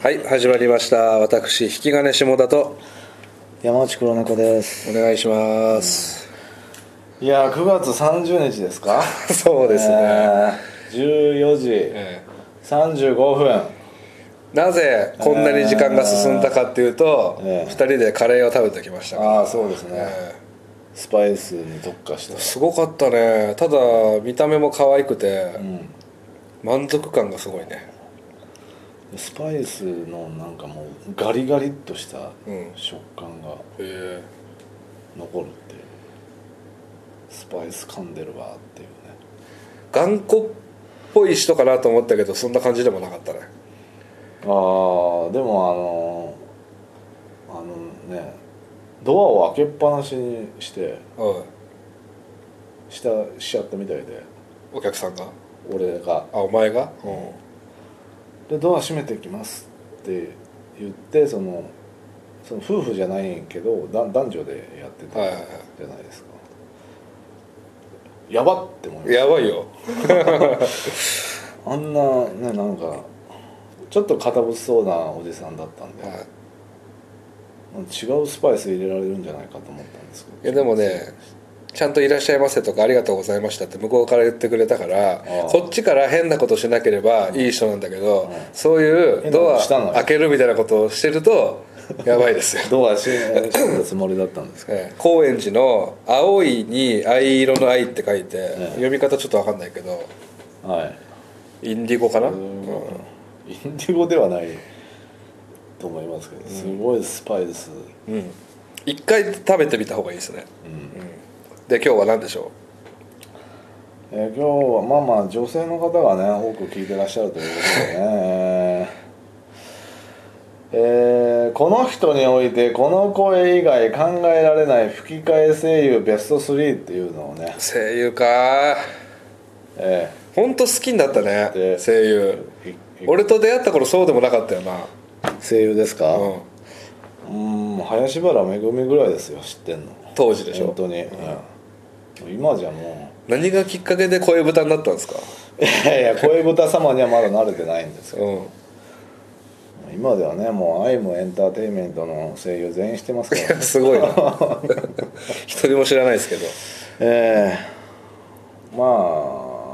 はい始まりました私引き金下田と山内黒猫ですお願いします、いやー9月30日です か そうですね、えー14時え35分えなぜこんなに時間が進んだかっていうと、二ええ人でカレーを食べてきましたからああそうですねえスパイスに特化したえすごかったねただ見た目も可愛くて、うん満足感がすごいねスパイスのなんかもうガリガリっとしたうん食感がえ残るっていうスパイス噛んでるわっていうねえ頑固っぽい人かなと思ったけどそんな感じでもなかったねああでもあのあのねドアを開けっぱなしにしてうんしたしちゃったみたいでお客さんが俺があお前がうんでドア閉めてきますって言ってそのその夫婦じゃないけどだ男女でやってたはいはいはいじゃないですか、やばって思いましやばいよたあんなねなんかちょっと堅物そうなおじさんだったんで、はい違うスパイス入れられるんじゃないかと思ったんですけどいやでもねちゃんと「いらっしゃいませ」とか「ありがとうございました」って向こうから言ってくれたからああこっちから変なことしなければいい人なんだけど、そういう変なこドとしたのアよ、開けるみたいなことをしてるとやばいですよ ドア閉め閉めたつもりだったんですけええ高円寺の「青い」に「藍色の藍」って書いて、え読み方ちょっと分かんないけどどはいインディゴかな、インディゴではないと思いますけどすごいスパイス、うん一回食べてみた方がいいですね、うんうんで今日は何でしょえー今日はまあまあ女性の方がね多く聞いてらっしゃるということでねえーこの人においてこの声以外考えられない吹き替え声優ベスト3っていうのをねう、声優かえほんと好きになったねで声優ーいい俺と出会った頃そうでもなかったよな声優ですかうんうーん林原めぐみぐらいですよ知ってんの当時でしょ本当に、うん今じゃも何がきっかけで声豚になったんですかう いやいや声豚様にはまだ慣れてないんですけどうん 今ではねもうアイムエンターテインメントの声優全員してますか らねすごいな一人も知らないですけどええまあ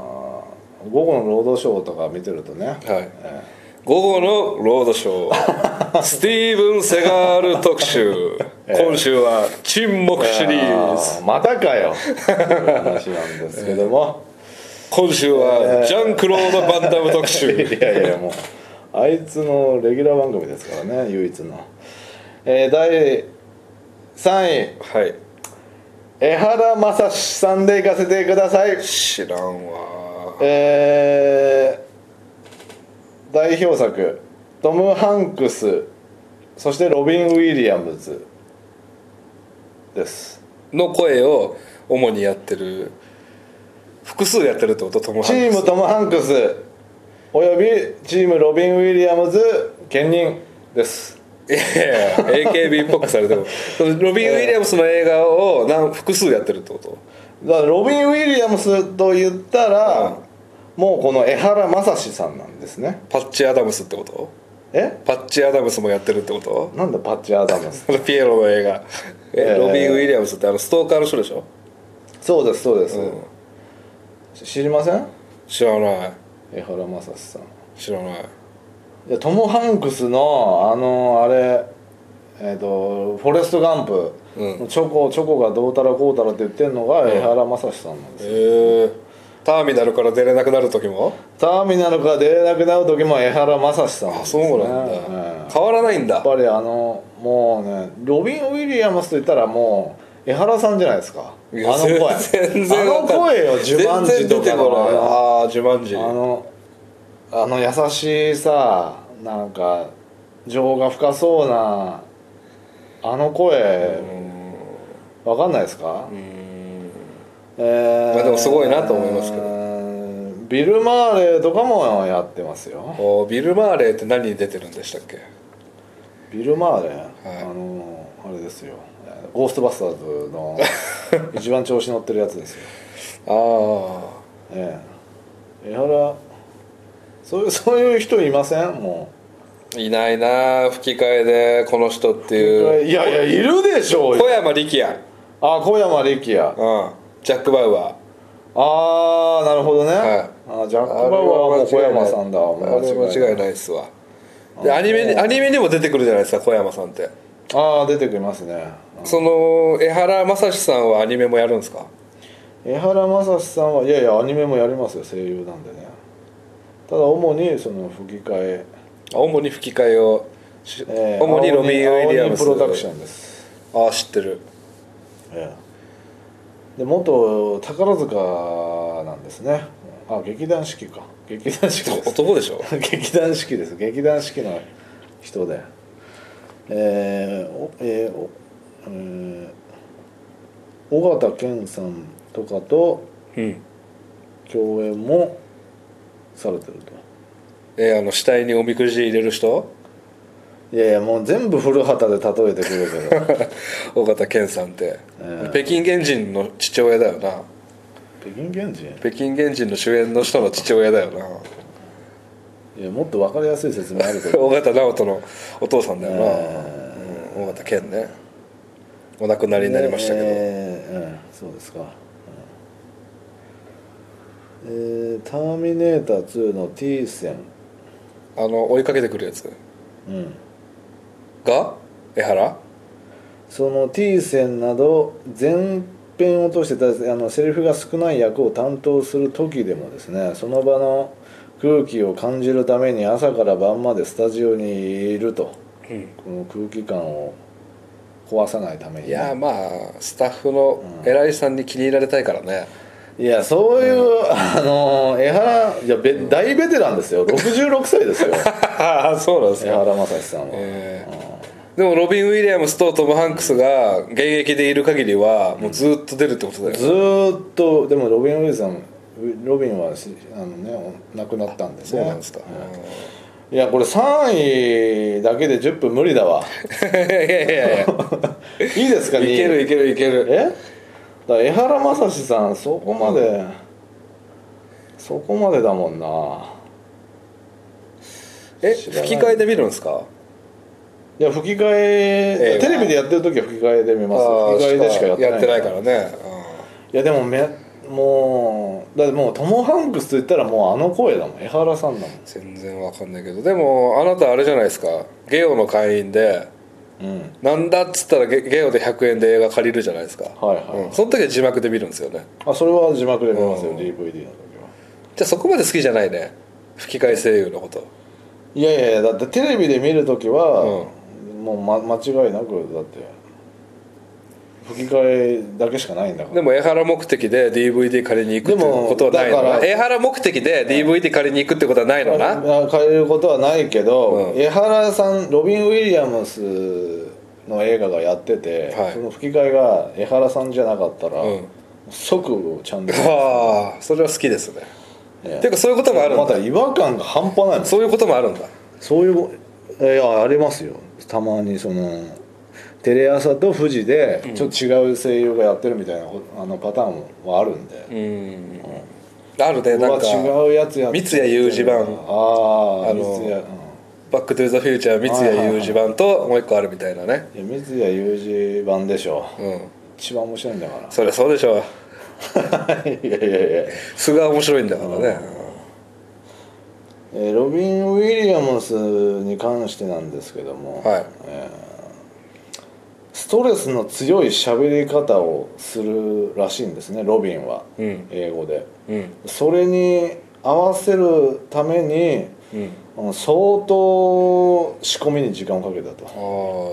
午後の労働省とか見てるとね、はいえ午後のロードショースティーブン・セガール特集今週は「沈え黙」シリーズあまたかよっていう話なんですけども、今週は「ジャン・クロード・バンダム特集いやいやもうあいつのレギュラー番組ですからね唯一の、えー第3位」はい江原正史さんで行かせてください知らんわえー代表作トム・ハンクスそしてロビン・ウィリアムズですの声を主にやってる複数やってるってことトム・ハチンクームストム・ハンクスおよびチームロビン・ウィリアムズ兼任ですいやいや AKB っぽくされてもそのロビン・ウィリアムスの映画を何複数やってるってことだからロビン・ウィリアムズと言ったら、もうこの江原正史さんなんですねパッチ・アダムスってことえパッチ・アダムスもやってるってことなんだパッチ・アダムスあのピエロの映画ええーロビン・ウィリアムスってあのストーカーの人でしょそうですそうです、うんし知りません知らない江原正史さん知らないいやトム・ハンクスのあのあれえっ、と「フォレスト・ガンプ」うチョコチョコがどうたらこうたらって言ってんのが江原正史さんなんですえよ、ー、ターミナルから出れなくなる時もターミナルから出れなくなる時も江原正史さんなあんですね、そうなんだ、ええ変わらないんだやっぱりあのもうねロビン・ウィリアムスと言ったらもう江原さんじゃないですかあいのや声全然あの声よ全ジュバンジ然出とてかこないのああジュバンジあのあの優しいさなんか情が深そうなあの声わかんないですか、えーまあでもすごいなと思いますけどえービル・マーレーとかもやってますよおビル・マーレーって何に出てるんでしたっけビル・マーレー、いあのーあれですよえーゴーストバスター ズの一番調子乗ってるやつですよああええ江原そういうそういう人いませんもういないなあ吹き替えでこの人っていういやいやいるでしょう小よ山力也、あ小山力也うん、ジャック・バウアああなるほどね、はいあジャッーク・バウアーも小山さんだあれは間違いないですわでアニメにアニメにも出てくるじゃないですか小山さんってああ出てきますねその江原正史さんはアニメもやるんですか江原正史さんはいやいやアニメもやりますよ声優なんでねただ主にその吹き替え主に吹き替えをしえ ー主にロビー・ウ青ィ鬼リアムス青鬼プロダクションです、ああ知ってるええで元宝塚なんですねあ劇団四季か劇団四季です男でしょ 劇団四季です劇団四季の人でえー、おえーおえー、尾形健さんとかとうん共演もされてるとえーあの死体におみくじ入れる人いやいやもう全部古畑で例えてくるけ ど尾形健さんって、ええ北京原人の父親だよな北京原人北京原人の主演の人の父親だよ ないやもっと分かりやすい説明あるけ ど尾形直人のお父さんだよな、えうん、尾形健ねお亡くなりになりましたけど、えーうんそうですか、うんえーターミネーター2」の T 線あの追いかけてくるやつうんが江原その T 線など前編を通してたあのセリフが少ない役を担当する時でもですねその場の空気を感じるために朝から晩までスタジオにいるとうんこの空気感を壊さないためにいね、やまあスタッフの偉いさんに気に入られたいからね、いやそういう、あの江原いやべ大ベテランですよ66歳で すよああ そうなんです江か、原正史さんは、えーでもロビン・ウィリアムスとトム・ハンクスが現役でいる限りはもうずっと出るってことだよずね、ーっとでもロビン・ウィルさんロビンはしあの、ね、亡くなったんでねそうなんですか、いやこれ3位だけで10分無理だわいやいやいやいいいですか やいけるいいけるいけるえだから江原正史さんそこまで、そこまでだもんなえ知らない吹き替えで見るんですかいや吹き替えええテレビでやってる時は吹き替えで見ますあー吹き替えでしかやってないやってないからね、いやでもめもうだってもうトム・ハンクスと言ったらもうあの声だもん江原さんだうん全然わかんないけどでもあなたあれじゃないですかゲオの会員でもんうんなんだっつったらゲゲオで100円で映画借りるじゃないですか、はいはい、うん、その時は字幕で見るんですよねあそれは字幕で見ますよ、うん DVD の時はじゃあそこまで好きじゃないね吹き替え声優のこといやいやいやだってテレビで見る時は、もう、ま、間違いなくだって吹き替えだけしかないんだからでも江原目的で DVD 借りに行くってでもことはないのだかなら江原目的で DVD 借りに行くってことはないのなあ変えることはないけど、うん江原さんロビン・ウィリアムスの映画がやってて、はいその吹き替えが江原さんじゃなかったら、うん即チャンネ ルああそれは好きですねええていうかそういうこともあるんだまた違和感が半端ないもんそういうこともあるんだそういういやありますよたまにそのテレ朝と富士でちょっと違う声優がやってるみたいな、あのパターンはあるんで、うんあるねうなんわか違うやつやってる三谷裕二版ああああのの三谷、うんバック・トゥ・ザ・フューチャー三谷裕二版ともう一個あるみたいなねいや三谷裕二版でしょうん一番面白いん だかそりゃそうでしょうらいやいやいや、素が面白いんだからねえーロビン・ウィリアムスに関してなんですけども、はいえーストレスの強い喋り方をするらしいんですねロビンは、うん英語でうんそれに合わせるためにうんあの相当仕込みに時間をかけたあと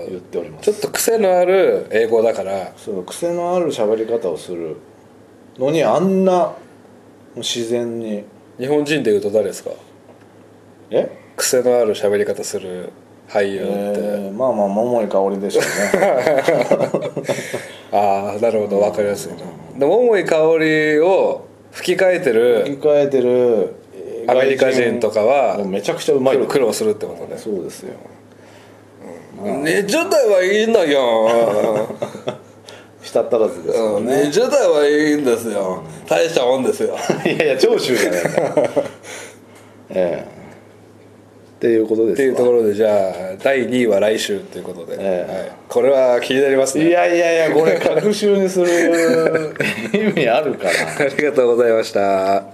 言っーておりますちょっと癖のある英語だからそう癖のある喋り方をするのにあんな自然に日本人でいうと誰ですかえ癖のある喋り方する俳優って、えーまあまあ桃井かおりでしょうね ああなるほど分かりやすいなで桃井かおりを吹き替えて吹るき替えてるえーアメリカ人とかはもうめちゃくちゃうまい苦労するってことねそうですよ20代はいいんだ よ、したったらずですようん、ね、 20代はいいんですよ大したもんですよ いやいや長州じゃないかええっていうことでっていうすとわころでじゃあ第2位は来週ということで、ええはい、これは気になりますねいやいやいやこれ隔週にする 意味あるかなありがとうございました